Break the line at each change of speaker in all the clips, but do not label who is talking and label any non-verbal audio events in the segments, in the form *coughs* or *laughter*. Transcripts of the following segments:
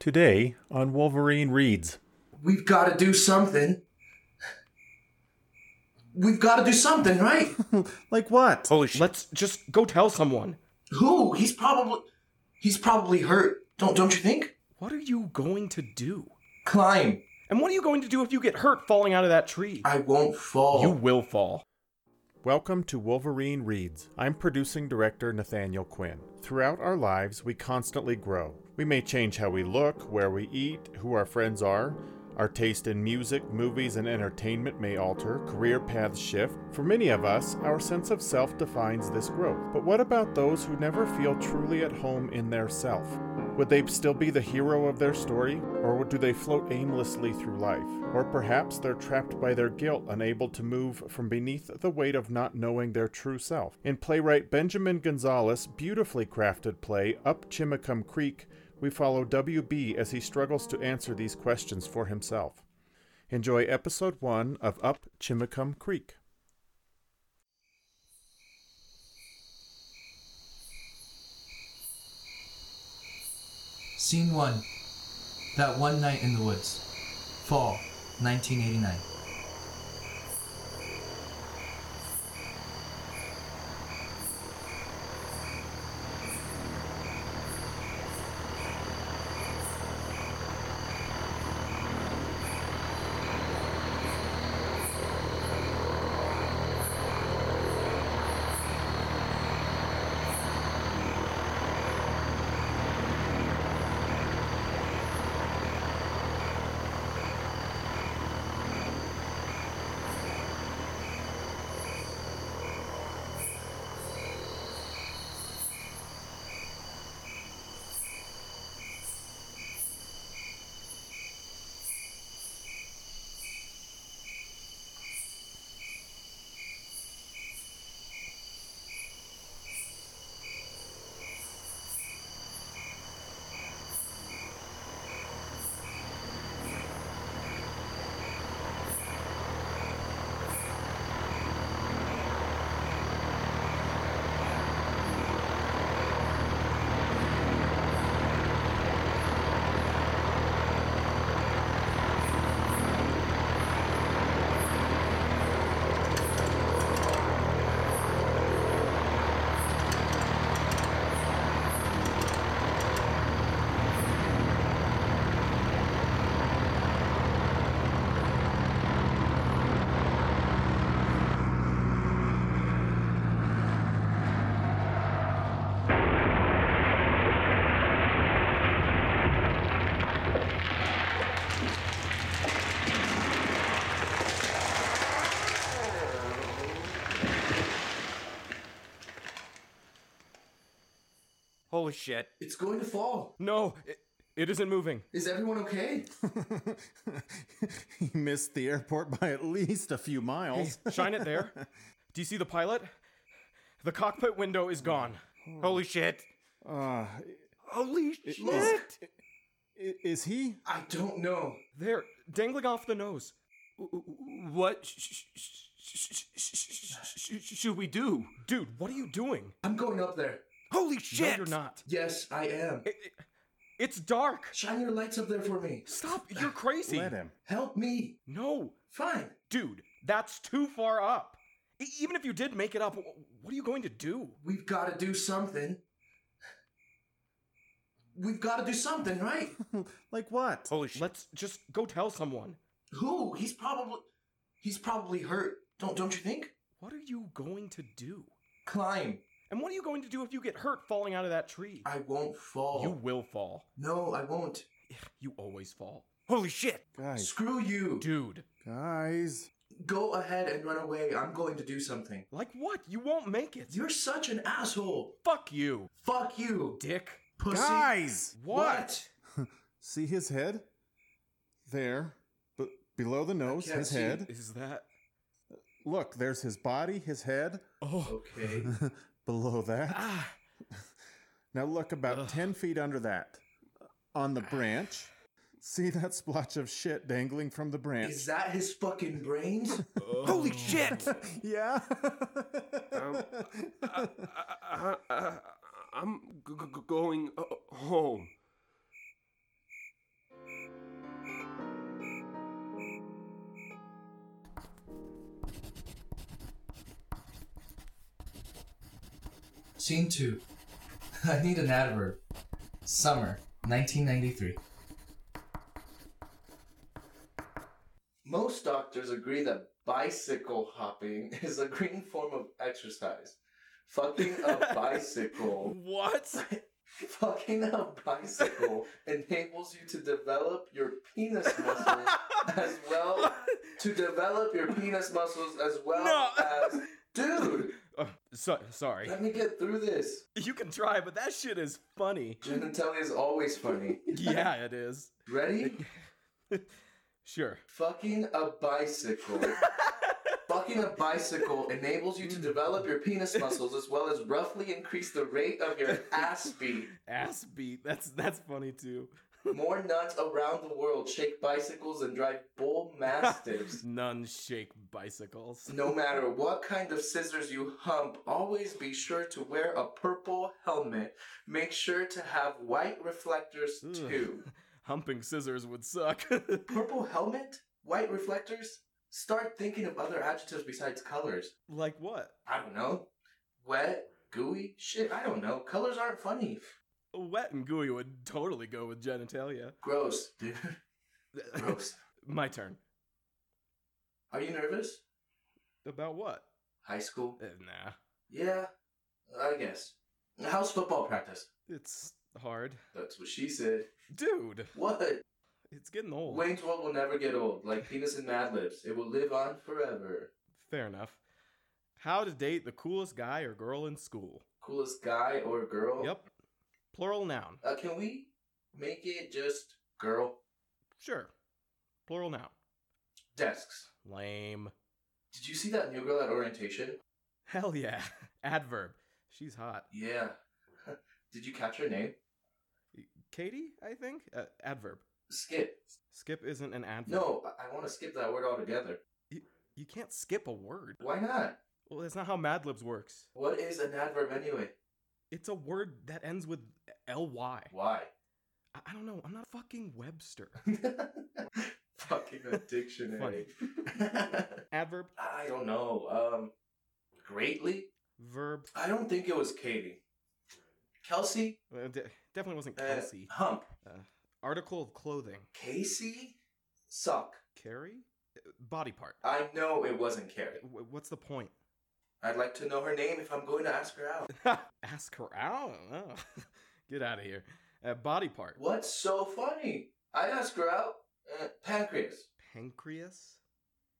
Today on Wolverine Reads.
We've got to do something. We've got to do something, right?
*laughs* Like what?
Holy shit.
Let's just go tell someone.
Who? He's probably he's probably hurt. Don't don't you think?
What are you going to do?
Climb.
And what are you going to do if you get hurt falling out of that tree?
I won't
Oh.
fall.
You will fall.
Welcome to Wolverine Reads. I'm producing director Nathaniel Quinn. Throughout our lives, we constantly grow. We may change how we look, where we eat, who our friends are. Our taste in music, movies, and entertainment may alter, career paths shift. For many of us, our sense of self defines this growth. But what about those who never feel truly at home in their self? Would they still be the hero of their story, or do they float aimlessly through life? Or perhaps they're trapped by their guilt, unable to move from beneath the weight of not knowing their true self. In playwright Benjamin Gonzalez's beautifully crafted play, Up Chimicum Creek, we follow W.B. as he struggles to answer these questions for himself. Enjoy episode 1 of Up Chimicum Creek.
Scene 1 That One Night in the Woods. Fall, 1989.
Holy shit.
It's going to fall.
No, it, it isn't moving.
Is everyone okay?
*laughs* he missed the airport by at least a few miles.
Shine it
*laughs*
there. Do you see the pilot? The cockpit window is gone.
Holy shit.
Uh,
Holy
is,
shit.
i- is he?
I don't know.
There, dangling off the nose.
What sh- sh- sh- sh- sh- sh- should we do?
Dude, what are you doing?
I'm going up there.
Holy
No,
shit.
you're not.
Yes, I am.
It- it- it's dark.
Shine your lights up there for me.
Stop, you're crazy.
Let him.
Help me.
No,
Fine.
dude, that's too far up. E- even if you did make it up, wh- what are you going to do?
We've got to do something. We've got to do something, right?
Like what?
Holy shit.
Let's just go tell someone.
Who? He's probably he's probably hurt. Don't don't you think?
What are you going to do?
Climb.
And what are you going to do if you get hurt falling out of that tree?
I won't fall.
You will fall.
No, I won't.
You always fall.
Holy shit.
Guys,
Screw you.
Dude,
guys.
Go ahead and run away. I'm going to do something.
like what? You won't make it.
You're such an asshole.
Fuck you,
Fuck you,
dick.
pussy.
Guys!
What?
See his head? There. But below the nose,
can't
his
see.
head.
Is that.
Look, there's his body, his head.
Oh. *laughs*
Okay.
below that.
Ah.
Now look about
Ugh.
10 feet under that. On the branch. See that splotch of shit dangling from the branch?
Is that his fucking
*laughs*
brains?
*laughs*
Holy shit.
yeah.
Um,
I, am g- g- going uh, home.
Scene two. *laughs* I need an adverb. Summer, 1993.
Most doctors agree that bicycle hopping *laughs* is a green form of exercise. Fucking
*laughs*
a bicycle.
What?
Fucking a bicycle enables you to develop your penis muscles as
*laughs*
well to develop your penis muscles as well
No.
as dude.
Uh, so, sorry.
Let me get through this.
You can try, but that shit is funny.
Genitalia is always funny.
Yeah, it is.
Ready?
Sure.
Fucking a bicycle. Fucking a bicycle enables you to develop your penis muscles as well as roughly increase the rate of your ass beat.
Ass beat. That's that's funny too.
More nuts around the world shake bicycles and drive bull mastiffs.
None shake bicycles.
No matter what kind of scissors you hump, always be sure to wear a purple helmet. Make sure to have white reflectors too.
Humping scissors would suck. *laughs*
Purple helmet? White reflectors? Start thinking of other adjectives besides colors.
like what?
I don't know. Wet, gooey, shit, I don't know. Colors aren't funny.
Wet and gooey would totally go with genitalia. *laughs*
Gross, dude. *laughs* Gross.
My turn.
Are you nervous?
About what?
High school?
Uh, nah.
Yeah, I guess. How's football practice?
It's hard.
That's what she said.
Dude,
What?
it's getting old.
Wayne's World will never get old, like penis and Mad Libs. It will live on forever.
Fair enough. How to date the coolest guy or girl in school.
Coolest guy or girl?
Yep. Plural noun.
Uh, can we make it just girl
Sure. Plural noun.
desks?
Lame.
Did you see that new girl at orientation?
Hell yeah. *laughs* Adverb. She's hot.
Yeah. *laughs* Did you catch her name?
Katie, I think? Uh, adverb.
Skip.
Skip isn't an adverb.
No, I, I want to skip that word altogether.
You can't skip a word.
Why not?
Well, that's not how Mad Libs works.
What is an adverb anyway?
It's a word that ends with ly.
Why? *laughs*
I, I don't know. I'm not fucking Webster.
Fucking a dictionary.
Adverb,
*laughs* I don't know. Um, greatly?
verb.
I don't think it was Katie. Kelsey?
Uh, de- definitely wasn't
Uh,
Kelsey.
hump.
Uh, article of clothing.
Casey? Suck.
Carrie? Uh, Body part.
I know it wasn't Carrie.
W- what's
*laughs*
the point?
I'd like to know her name if I'm going to ask her out.
Ask her out? I don't know. *laughs* Get out of here. Uh, body part.
What's so funny? I'd ask her out. Uh, pancreas.
Pancreas?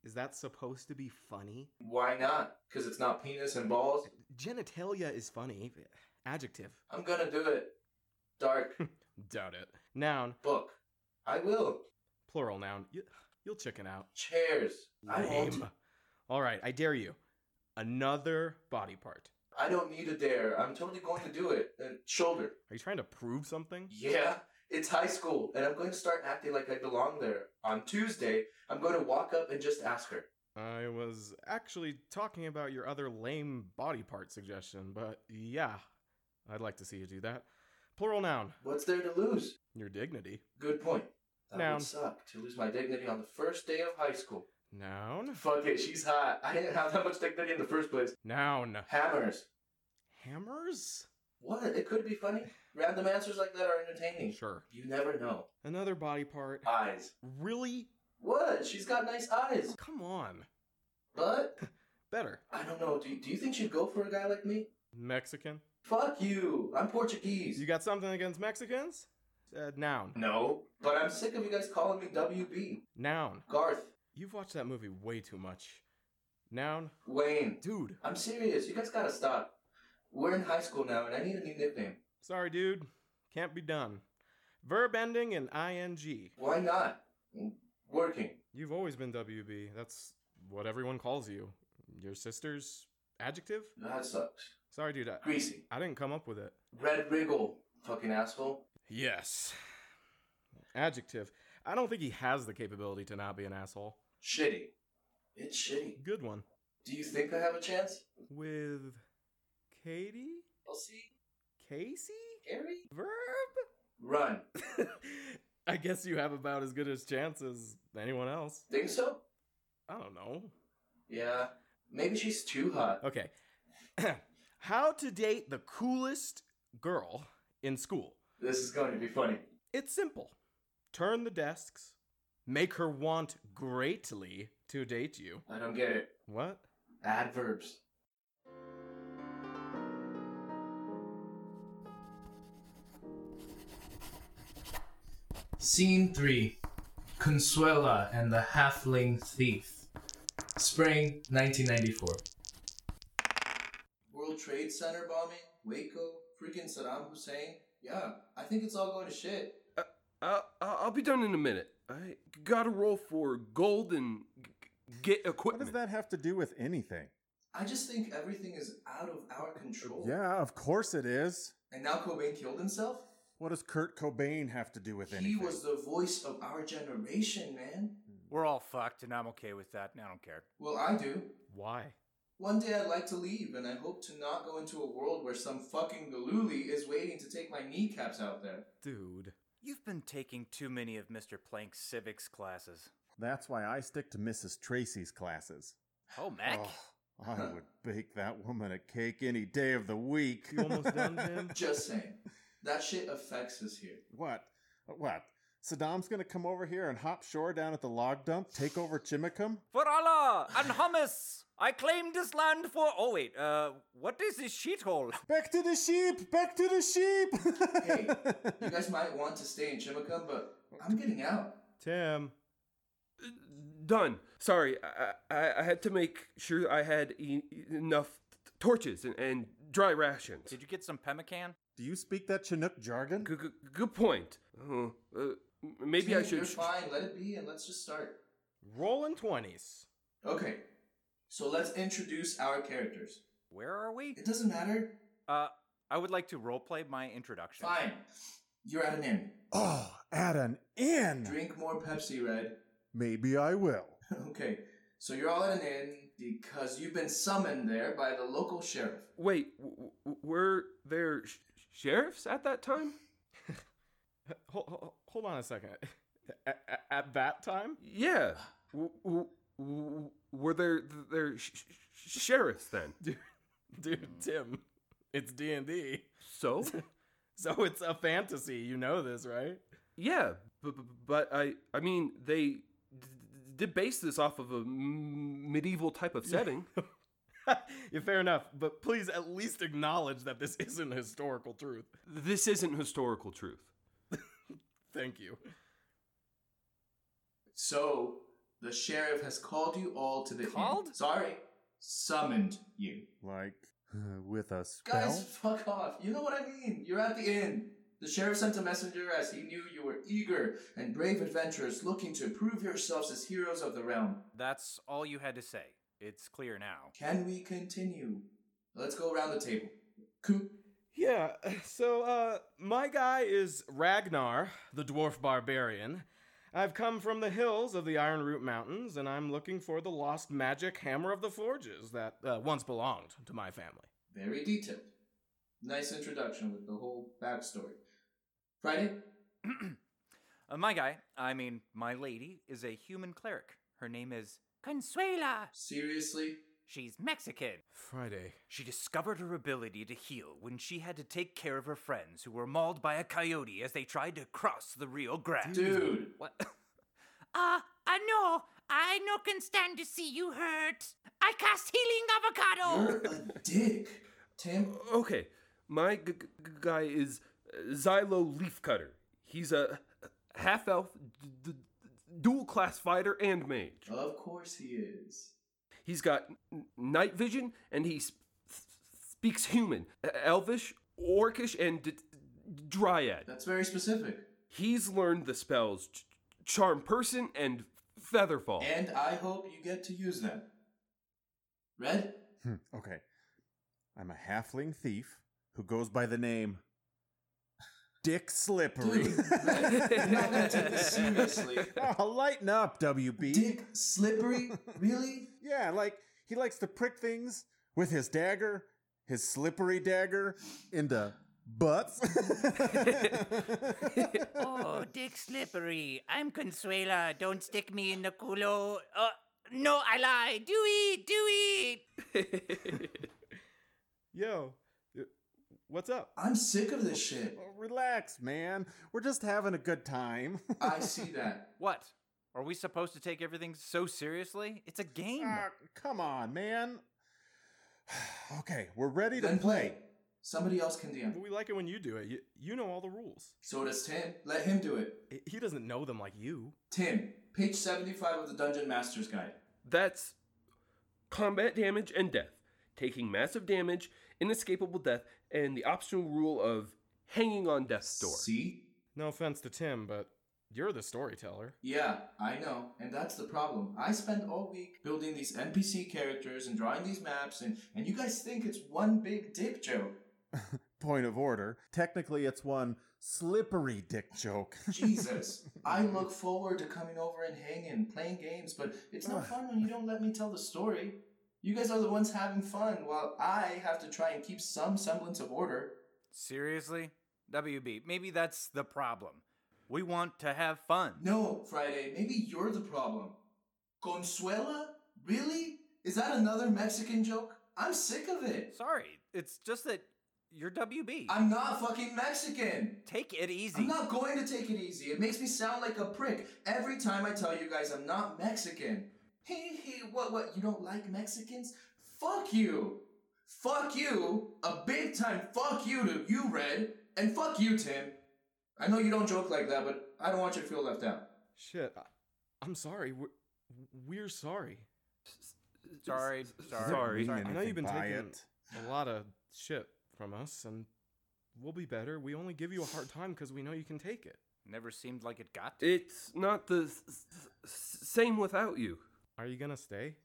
Is that supposed to be funny?
Why not? Because it's not penis and balls.
Genitalia is funny. Adjective.
I'm gonna do it. Dark
Doubt it. Noun.
book. I will.
Plural noun. You, you'll chicken out.
Chairs. I won't.
Lame. All right, I dare you. Another body part.
I don't need a dare. I'm totally going to do it. Uh, shoulder.
Are you trying to prove something?
Yeah, it's high school, and I'm going to start acting like I belong there. On Tuesday, I'm going to walk up and just ask her.
I was actually talking about your other lame body part suggestion, but yeah, I'd like to see you do that. Plural noun.
What's there to lose?
Your dignity.
Good point. That
Noun.
would suck to lose my dignity on the first day of high school.
Noun.
Fuck it, she's hot. I didn't have that much dignity in the first place.
Noun.
Hammers.
Hammers?
What? It could be funny. Random answers like that are entertaining.
Sure.
You never know.
Another body part.
Eyes.
Really?
What? She's got nice eyes.
Come on.
But
Better.
I don't know. Do, do you think she'd go for a guy like me?
Mexican.
Fuck you. I'm Portuguese.
You got something against Mexicans? Uh, noun.
no, but I'm sick of you guys calling me WB.
Noun.
Garth.
You've watched that movie way too much. Noun.
Wayne.
Dude.
I'm serious. You guys gotta stop. We're in high school now, and I need a new nickname.
Sorry, dude. Can't be done. Verb ending in ing.
Why not? Working.
You've always been WB. That's what everyone calls you. Your sister's adjective?
That sucks.
Sorry, dude. I,
Greasy.
I didn't come up with it.
Red Wriggle. Fucking asshole.
Yes. Adjective. I don't think he has the capability to not be an asshole.
Shitty. It's shitty.
Good one.
Do you think I have a chance?
With Katie?
I'll see.
Casey?
Gary?
Verb? *laughs*
Run.
I guess you have about as good a chance as anyone else.
Think so?
I don't know.
Yeah. Maybe she's too hot.
Okay.
*clears throat* How to date the coolest girl in school.
This is going to be funny.
It's simple. Turn the desks, make her want greatly to date you.
I don't get it.
What?
Adverbs.
Scene 3 Consuela and the Halfling Thief. Spring 1994.
World Trade Center bombing, Waco, freaking Saddam Hussein. Yeah, I think it's all going to shit.
Uh, I'll I'll be done in a minute. I gotta roll for gold and g- g- get
*laughs* What
um,
equipment.
does that have to do with anything?
I just think everything is out of our control.
Yeah, of course it is.
And now Cobain killed himself?
What does Kurt Cobain have to do with
he
anything?
was the voice of our generation, man.
We're all fucked, and I'm okay with that. and I don't care.
Well, I do.
Why?
One day I'd like to leave, and I hope to not go into a world where some fucking galooly is waiting to take my kneecaps out there.
Dude.
You've been taking too many of Mr. Plank's civics classes.
That's why I stick to Mrs. Tracy's classes.
Oh, Mac.
Oh, I would bake that woman a cake any day of the week.
You almost done, Jim?
Just saying. That shit affects us here.
*laughs* What? What? Saddam's gonna come over here and hop shore down at the log dump, take over Chimicum?
For Allah and hummus, I claim this land for. Oh wait, uh, what is this shithole?
*laughs* Back to the sheep! Back to the sheep! *laughs*
*laughs*
Hey, you guys might want to stay in Chimicum, but I'm getting out.
Tim.
done. Sorry, I, I, I had to make sure I had e- enough torches and, and dry rations.
Did you get some pemmican?
Do you speak that Chinook jargon?
Good, good, good point. Uh, uh, maybe I
Dude, You're
should.
fine. Let it be, and let's just start.
Rolling 20s.
Okay. So let's introduce our characters.
Where are we?
It doesn't matter.
Uh, I would like to roleplay my introduction.
Fine. You're at an inn.
Oh, at an inn!
Drink more Pepsi, Red.
Maybe I will.
Okay. So you're all at an inn because you've been summoned there by the local sheriff.
Wait, w- w- were there sh- sheriffs at
*laughs*
that time?
Hold, hold on a second. At, at- at that time?
Yeah. W- w- w- were there there sh- sh- sheriffs then?
Dude, dude Tim. It's D&D.
So
So it's a fantasy. You know this, right?
yeah, but but I I mean they d- d- did base this off of a m- medieval type *laughs* of setting.
*laughs* yeah, fair enough. But please at least acknowledge that this *laughs* isn't historical truth.
this isn't historical truth.
Thank you.
So the sheriff has called you all to the inn.
Called?
Sorry, summoned you.
Like, *sighs* uh, with a spell?
Guys, fuck off. You know what I mean. You're at the inn. The sheriff sent a messenger as he knew you were eager and brave adventurers looking to prove yourselves as heroes of the realm.
That's all you had to say. It's clear now.
Can we continue? Let's go around the table. Coop,
Yeah, so uh my guy is Ragnar, the dwarf barbarian. I've come from the hills of the Iron Root Mountains and I'm looking for the lost magic hammer of the forges that uh, once belonged to my family.
very detailed. Nice introduction with the whole backstory. Friday,
Uh, my guy, I mean my lady, is a human cleric. Her name is Consuela.
seriously?
She's Mexican.
Friday.
She discovered her ability to heal when she had to take care of her friends who were mauled by a coyote as they tried to cross the Rio Grande.
Dude,
What? *laughs* Ah, I know. I no can stand to see you hurt. I cast healing avocado.
*laughs* you're a dick. Tim,
Okay, my g- g- g- guy is uh, Xylo Leafcutter. He's a half elf, d- d- d- dual class fighter and mage.
of course he is.
He's got n- night vision and he sp- speaks human, e- elvish, orcish, and d- d- dryad.
That's very specific.
He's learned the spells ch- Charm Person and Featherfall.
And I hope you get to use them. Red?
Hmm, okay. I'm a halfling thief who goes by the name Dick Slippery.
Dude, Red, you're not
*laughs*
gonna take this seriously.
oh, lighten up, WB.
Dick Slippery? Really?
Yeah, like he likes to prick things with his dagger, his slippery dagger, into butts.
Oh, Dick Slippery. I'm Consuela. Don't stick me in the culo. Uh, no, I lie. Dewey, Dewey.
*laughs* yo, y- what's up?
I'm sick of this shit.
Well, relax, man. We're just having a good time. *laughs*
I see that.
What? Are we supposed to take everything so seriously? It's a game.
Ah, come on, man. *sighs* okay, we're ready to
Then
play.
play. Somebody else can DM.
But we like it when you do it. You, you know all the rules.
So does Tim. Let him do it.
I- He doesn't know them like you.
Tim, page 75 of the Dungeon Master's Guide.
That's combat damage and death. Taking massive damage, inescapable death, and the optional rule of hanging on death's door.
See?
No offense to Tim, but you're the storyteller.
Yeah, I know, and that's the problem. I spend all week building these NPC characters and drawing these maps, and, and you guys think it's one big dick joke.
Point of order. Technically, it's one slippery dick joke.
Jesus. I look forward to coming over and hanging, playing games, but it's no fun when you don't let me tell the story. You guys are the ones having fun, while I have to try and keep some semblance of order.
Seriously? WB, maybe that's the problem. We want to have fun.
No, Friday, maybe you're the problem. Consuela? Really? Is that another Mexican joke? I'm sick of it.
Sorry, it's just that you're WB.
I'm not fucking Mexican.
Take it easy.
I'm not going to take it easy. It makes me sound like a prick every time I tell you guys I'm not Mexican. Hey, hey, what, what? You don't like Mexicans? Fuck you. Fuck you. A big time fuck you to you, Red. And fuck you, Tim. I know you don't joke like that, but I don't want you to feel left out.
Shit, I, I'm sorry. We're, we're sorry.
Sorry, sorry.
Sorry.
Mean
I know you've been
anything by
taking
it.
a lot of shit from us, and we'll be better. We only give you a hard time because we know you can take it.
Never seemed like it got to.
It's not the s- s- s- same without you.
Are you gonna stay?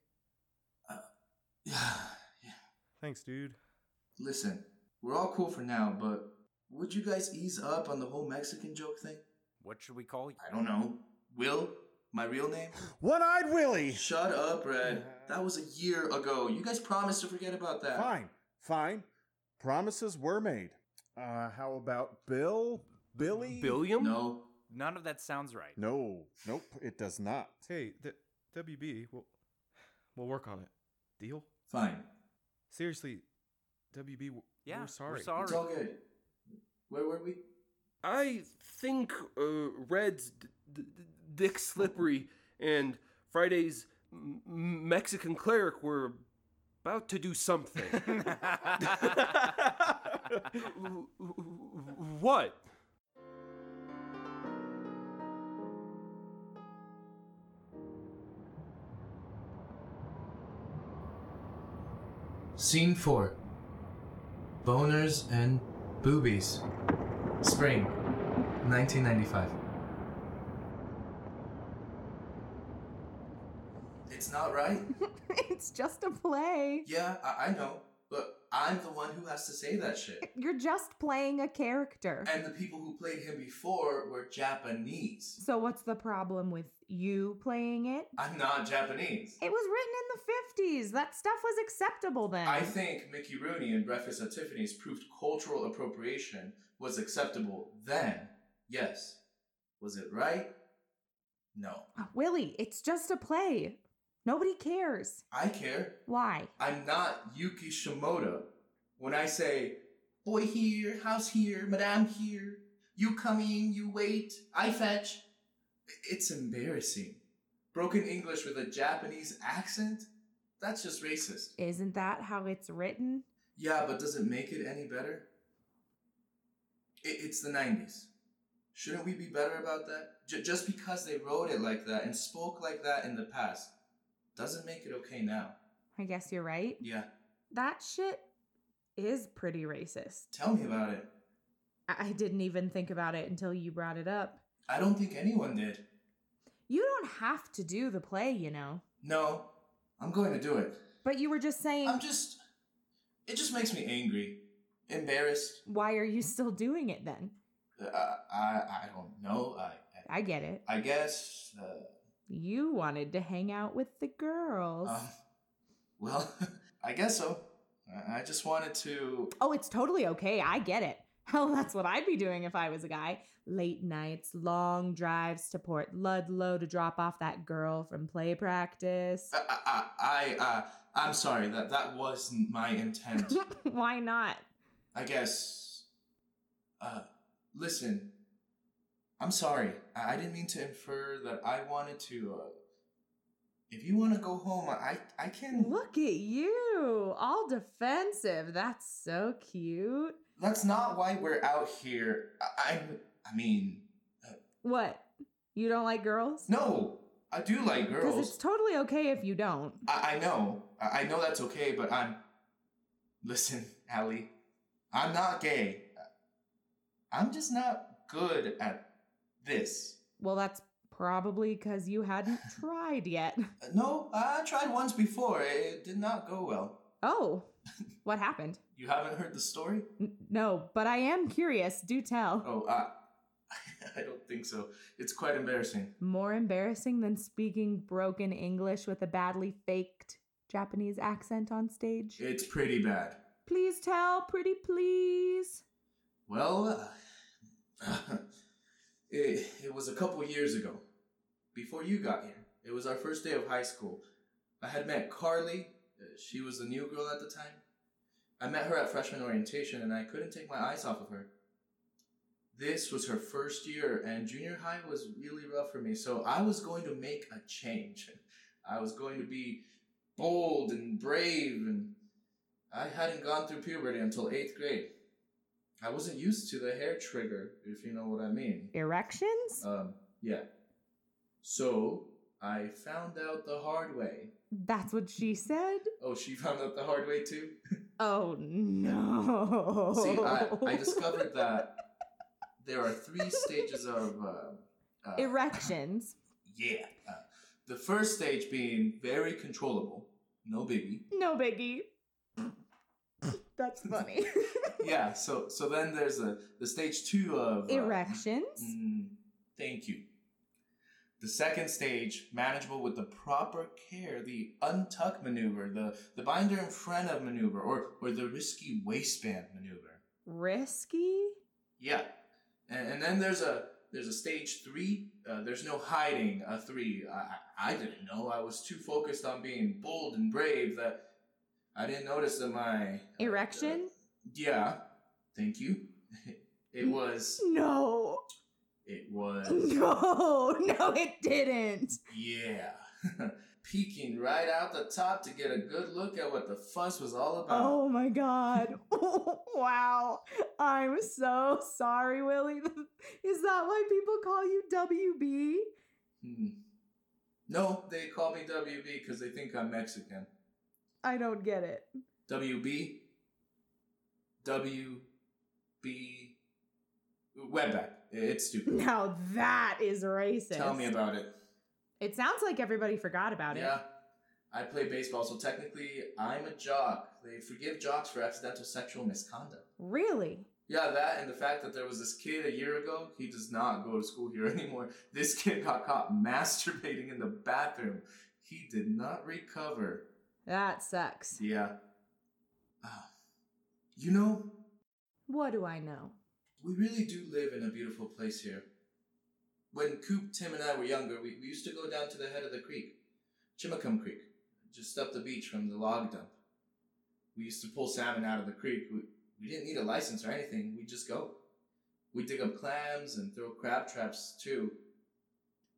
Thanks, dude.
*sighs* Listen, we're all cool for now, but would you guys ease up on the whole Mexican joke thing?
What should we call you?
I don't know. Will? My real name?
One-eyed Willie.
Shut up, Red. That was a year ago. You guys promised to forget about that.
Fine, fine. Promises were made. Uh, how about Bill? Billy?
Billiam?
No.
None of that sounds right.
No, nope, it does not. *laughs*
Hey, the WB, we'll, we'll work on it. Deal?
Fine.
Seriously, WB, w-
Yeah,
we're
we're
sorry.
sorry.
It's all good. Where were we?
I think uh, Red's d- d- d- Dick Slippery and Friday's m- m- Mexican cleric were about to do
*laughs*
something.
*laughs*
W- w- w- what?
Scene 4 Boners and Boobies. Spring, 1995.
It's not right.
*laughs* it's just a play.
yeah, I, I know. But I'm the one who has to say that shit.
You're just playing a character.
And the people who played him before were Japanese.
So what's the problem with you playing it?
I'm not Japanese.
It was written in the 50s. That stuff was acceptable then.
I think Mickey Rooney and Breakfast at Tiffany's proved cultural appropriation was acceptable then. Yes. Was it right? No.
Willie, it's just a play. Nobody cares.
I care.
Why?
I'm not Yuki Shimoda. When I say, boy here, house here, madame here, you coming, you wait, I fetch, it's embarrassing. Broken English with a Japanese accent? That's just racist.
Isn't that how it's written?
Yeah, but does it make it any better? It, it's the 90s. Shouldn't we be better about that? J- just because they wrote it like that and spoke like that in the past doesn't make it okay now.
I guess you're right.
Yeah,
That shit is pretty racist.
tell me about it.
I I didn't even think about it until you brought it up.
I don't think anyone did.
You don't have to do the play, you know.
No, I'm going to do it.
But you were just saying,
I'm just. It just makes me angry, embarrassed.
why are you still doing it then?
Uh, I I don't know. I
I get it.
I guess. Uh,
You wanted to hang out with the girls.
um, well, *laughs* I guess so. I I just wanted to.
oh, it's totally okay. I get it. *laughs* Hell, that's what I'd be doing if I was a guy. Late nights, long drives to Port Ludlow to drop off that girl from play practice.
I I I, I, uh, I'm sorry that that wasn't my intent.
*laughs* Why
*clears throat*
not?
I guess. Uh, listen. I'm sorry. I, I didn't mean to infer that I wanted to. Uh, if you want to go home, I I can.
Look at you, all defensive. That's so cute.
That's not why we're out here. I, I'm. I mean,
What? You don't like girls?
no. I do like
Because
girls.
it's totally okay if you don't.
I, I know. I, I know that's okay, but I'm. Listen, Allie. I'm not gay. I'm just not good at this.
Well, that's probably because you hadn't
*laughs*
tried yet.
Uh, No, I tried once before. It did not go well.
Oh, what happened?
You haven't heard the story?
N- no, but I am curious. Do tell.
Oh, I, *laughs* I don't think so. It's quite embarrassing.
More embarrassing than speaking broken English with a badly faked Japanese accent on stage?
It's pretty bad.
Please tell, pretty please.
Well, uh, *laughs* it, it was a couple years ago, before you got here. It was our first day of high school. I had met Carly. Uh, She was the new girl at the time. I met her at freshman orientation, and I couldn't take my eyes off of her. This was her first year, and junior high was really rough for me, so I was going to make a change. *laughs* I was going to be bold and brave, and I hadn't gone through puberty until eighth grade. I wasn't used to the hair trigger, if you know what I mean.
Erections?
Um, yeah. So I found out the hard way.
That's what she said?
Oh, she *laughs* found out the hard way too.
Oh, no.
See, I,
*laughs*
I discovered that there are three stages of uh, uh,
Erections.
Yeah. Uh, the first stage being very controllable, no biggie.
No biggie. That's funny.
Yeah. So so then there's a the stage two of *laughs* uh,
*laughs* Erections?
Mm, thank you. The second stage, manageable with the proper care, the untuck maneuver, the, the binder in front of maneuver, or, or the risky waistband maneuver.
Risky?
Yeah. And, and then there's a there's a stage three. Uh, there's no hiding a three. I, I I didn't know. I was too focused on being bold and brave that I didn't notice that my uh,
Erection?
yeah. Thank you. *laughs* it was. *laughs*
No.
It
*laughs*
was.
No, no, it didn't.
Yeah. *laughs* Peeking right out the top to get a good look at what the fuss was all about.
Oh
*laughs*
my god. *laughs* wow. I'm so sorry, Willie. *laughs* Is that why people call you WB?
Hmm. No, they call me WB because they think I'm Mexican.
I don't get it. *laughs*
WB? WB? Webback. It's
*laughs*
stupid.
Now that is racist.
Tell me about it.
It sounds like everybody forgot about
yeah.
it.
I play baseball, so technically I'm a jock. They forgive jocks for accidental sexual misconduct.
Really?
Yeah, that and the fact that there was this kid a year ago, he does not go to school here *laughs* anymore. This kid got caught masturbating in the bathroom. He did not recover.
That sucks.
Yeah. Ah. you know,
What do I know?
we really do live in a beautiful place here. When Coop, Tim, and I were younger, we, we used to go down to the head of the creek, Chimacum Creek, just up the beach from the log dump. We used to pull salmon out of the creek. We, we didn't need a license or anything, we'd just go. We'd dig up clams and throw crab traps, too.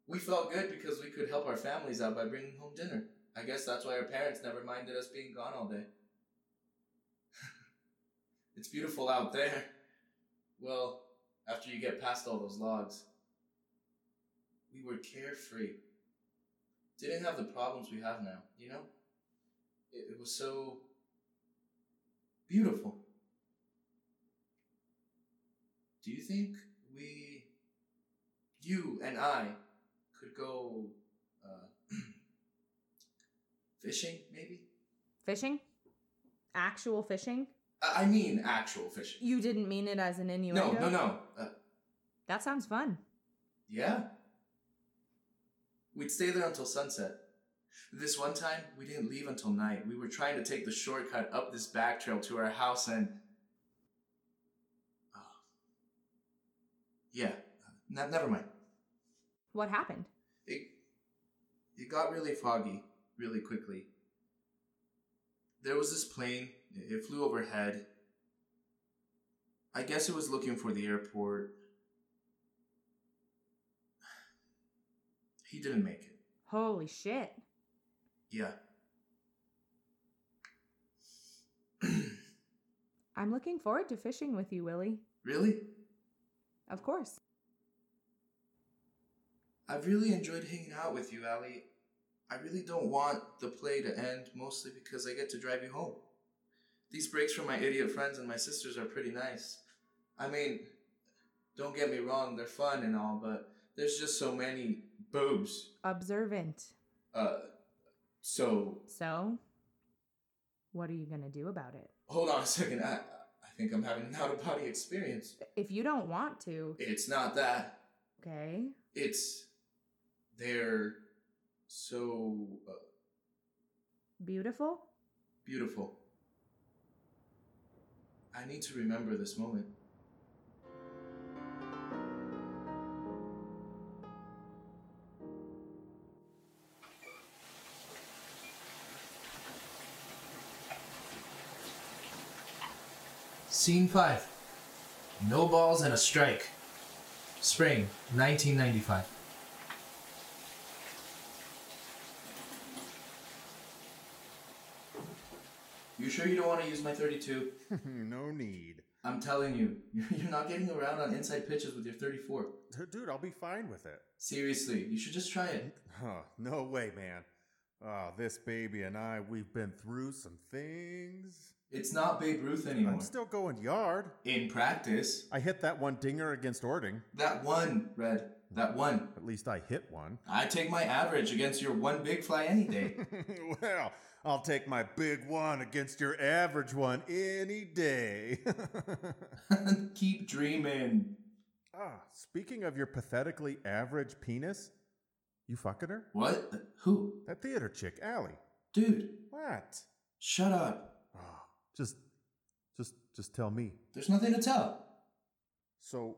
We felt good because we could help our families out by bringing home dinner. I guess that's why our parents never minded us being gone all day. *laughs* it's beautiful out there. Well, after you get past all those logs, we were carefree. Didn't have the problems we have now, you know? It, it was so beautiful. Do you think we, you and I, could go uh, *clears throat* fishing, maybe?
Fishing? Actual fishing?
I I mean, actual fishing.
You didn't mean it as an innuendo?
No, no, no. Uh,
That sounds fun.
Yeah. We'd stay there until sunset. This one time, we didn't leave until night. We were trying to take the shortcut up this back trail to our house and. Oh. Yeah, Uh, ne- never mind.
What happened?
It, it got really foggy really quickly. there was this plane. It it flew overhead. I guess it was looking for the airport. He didn't make it.
Holy shit.
Yeah.
I'm looking forward to fishing with you, Willie.
Really?
Of course.
I've really enjoyed hanging out with you, Ali. I really don't want the play to end, mostly because I get to drive you home. These breaks from my idiot friends and my sisters are pretty nice. I mean, don't get me wrong, they're fun and all, but there's just so many boobs.
Observant.
Uh, so
So, what are you going to do about it?
hold on a second. I I think I'm having an out of body experience.
If you don't want to,
It's not that.
okay?
It's they're so uh,
Beautiful?
beautiful. I need to remember this moment.
Scene 5 No Balls and a Strike. Spring 1995.
You sure you don't want to use my 32?
no need.
I'm telling you, *laughs* you're not getting around on inside pitches with your 34.
D- Dude, I'll be fine with it.
Seriously, you should just try it.
Huh, no way, man. Oh, this baby and I, we've been through some things.
It's not Babe Ruth anymore.
I'm still going yard.
In practice,
I hit that one dinger against Ording.
that one, Red, that one.
At least I hit one. *laughs*
I take my average against your one big fly any day. *laughs*
well, I'll take my big one against your average one any day. *laughs*
Keep dreaming.
ah, speaking of your pathetically average penis, you fucking her?
What? Who?
That theater chick, Allie.
Dude,
What?
shut up.
Ah, just, just, just tell me.
There's nothing to tell.
So,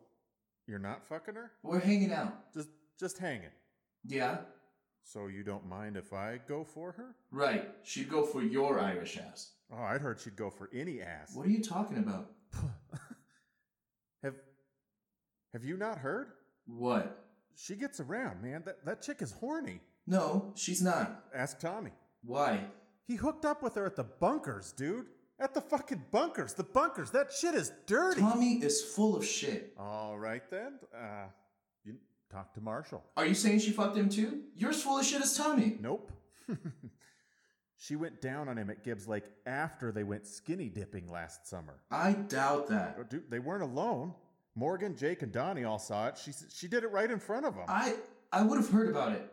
you're not fucking her?
We're hanging out.
Just, just hanging.
Yeah?
So you don't mind if I go for her?
Right. She'd go for your Irish ass.
Oh, I'd heard she'd go for any ass.
What are you talking about?
have, have you not heard?
What?
She gets around, man. That that chick is horny.
No, she's not.
Ask Tommy.
Why?
He hooked up with her at the bunkers, dude. At the fucking bunkers. The bunkers. That shit is dirty.
Tommy is full of shit.
All right then. Uh, you talk to Marshall.
Are you saying she fucked him too? You're as full of shit as Tommy.
Nope. *laughs* she went down on him at Gibbs Lake after they went skinny dipping last summer.
I doubt
Oh,
that.
Dude, they weren't alone. Morgan, Jake, and Donnie all saw it. She s- she did it right in front of them.
I I would have heard about it.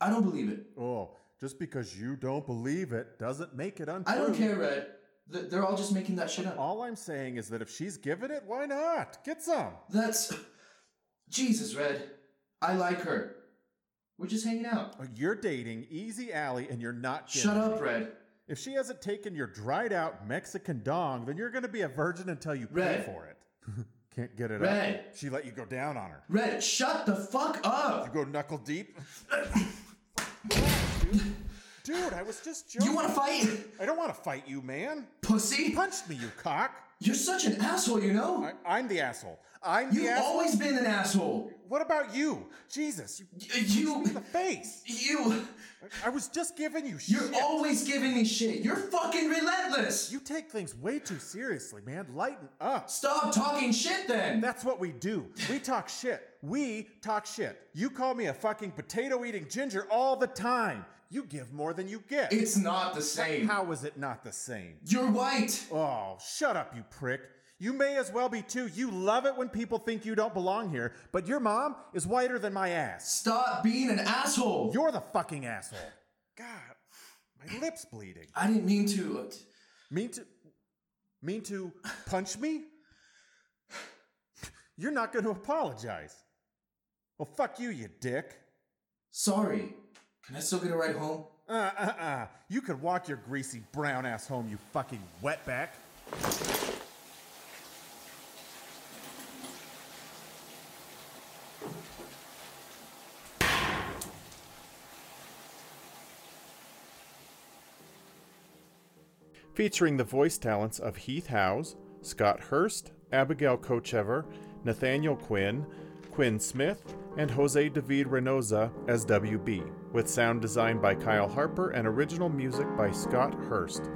I don't believe it.
oh, just because you don't believe it doesn't make it untrue.
I don't care, Red. Th- They're all just making that shit up.
All I'm saying is that if she's giving it, why not? Get some.
That's Jesus, Red. I like her. We're just hanging out.
Uh, You're dating Easy Alley and you're not getting
Shut
it.
up, Red.
If she hasn't taken your dried out Mexican dong, then you're going to be a virgin until you pay
Red.
for it. *laughs* Can't get it
Red.
up. She let you go down on her.
Red, shut the fuck
You
up.
go
*coughs*
knuckle deep. dude. dude, I was just joking.
You want to fight, *laughs*
I don't want to fight you, man.
pussy?
Punch me, you cock.
You're such an asshole, you know.
I, I'm the asshole. I'm the
You've
asshole.
always been an asshole.
What about you? Jesus, you
Y-
*laughs*
You,
in the face.
you,
I- I was just giving you shit.
you're always giving me shit. You're fucking relentless.
You take things way too seriously, man. Lighten up.
Stop talking shit then.
That's what we do. We talk shit. We talk shit. You call me a fucking potato eating ginger all the time. You give more than you get.
It's not the same.
How is it not the same?
You're white.
Oh, shut up, you prick. You may as well be too. You love it when people think you don't belong here, but your mom is whiter than my ass.
Stop being an asshole.
You're the fucking asshole. God, my lips bleeding.
I didn't mean to. uh,
Mean to mean to punch me? You're not going to apologize. Well, fuck you, you dick.
Sorry. Can I still get a ride home?
Uh, uh, uh. You could walk your greasy brown ass home, you fucking wetback.
featuring the voice talents of Heath Howes, Scott Hurst, Abigail Kochever, Nathaniel Quinn, Quinn Smith, and Jose David Reynosa as WB, with sound designed by Kyle Harper and original music by Scott Hurst.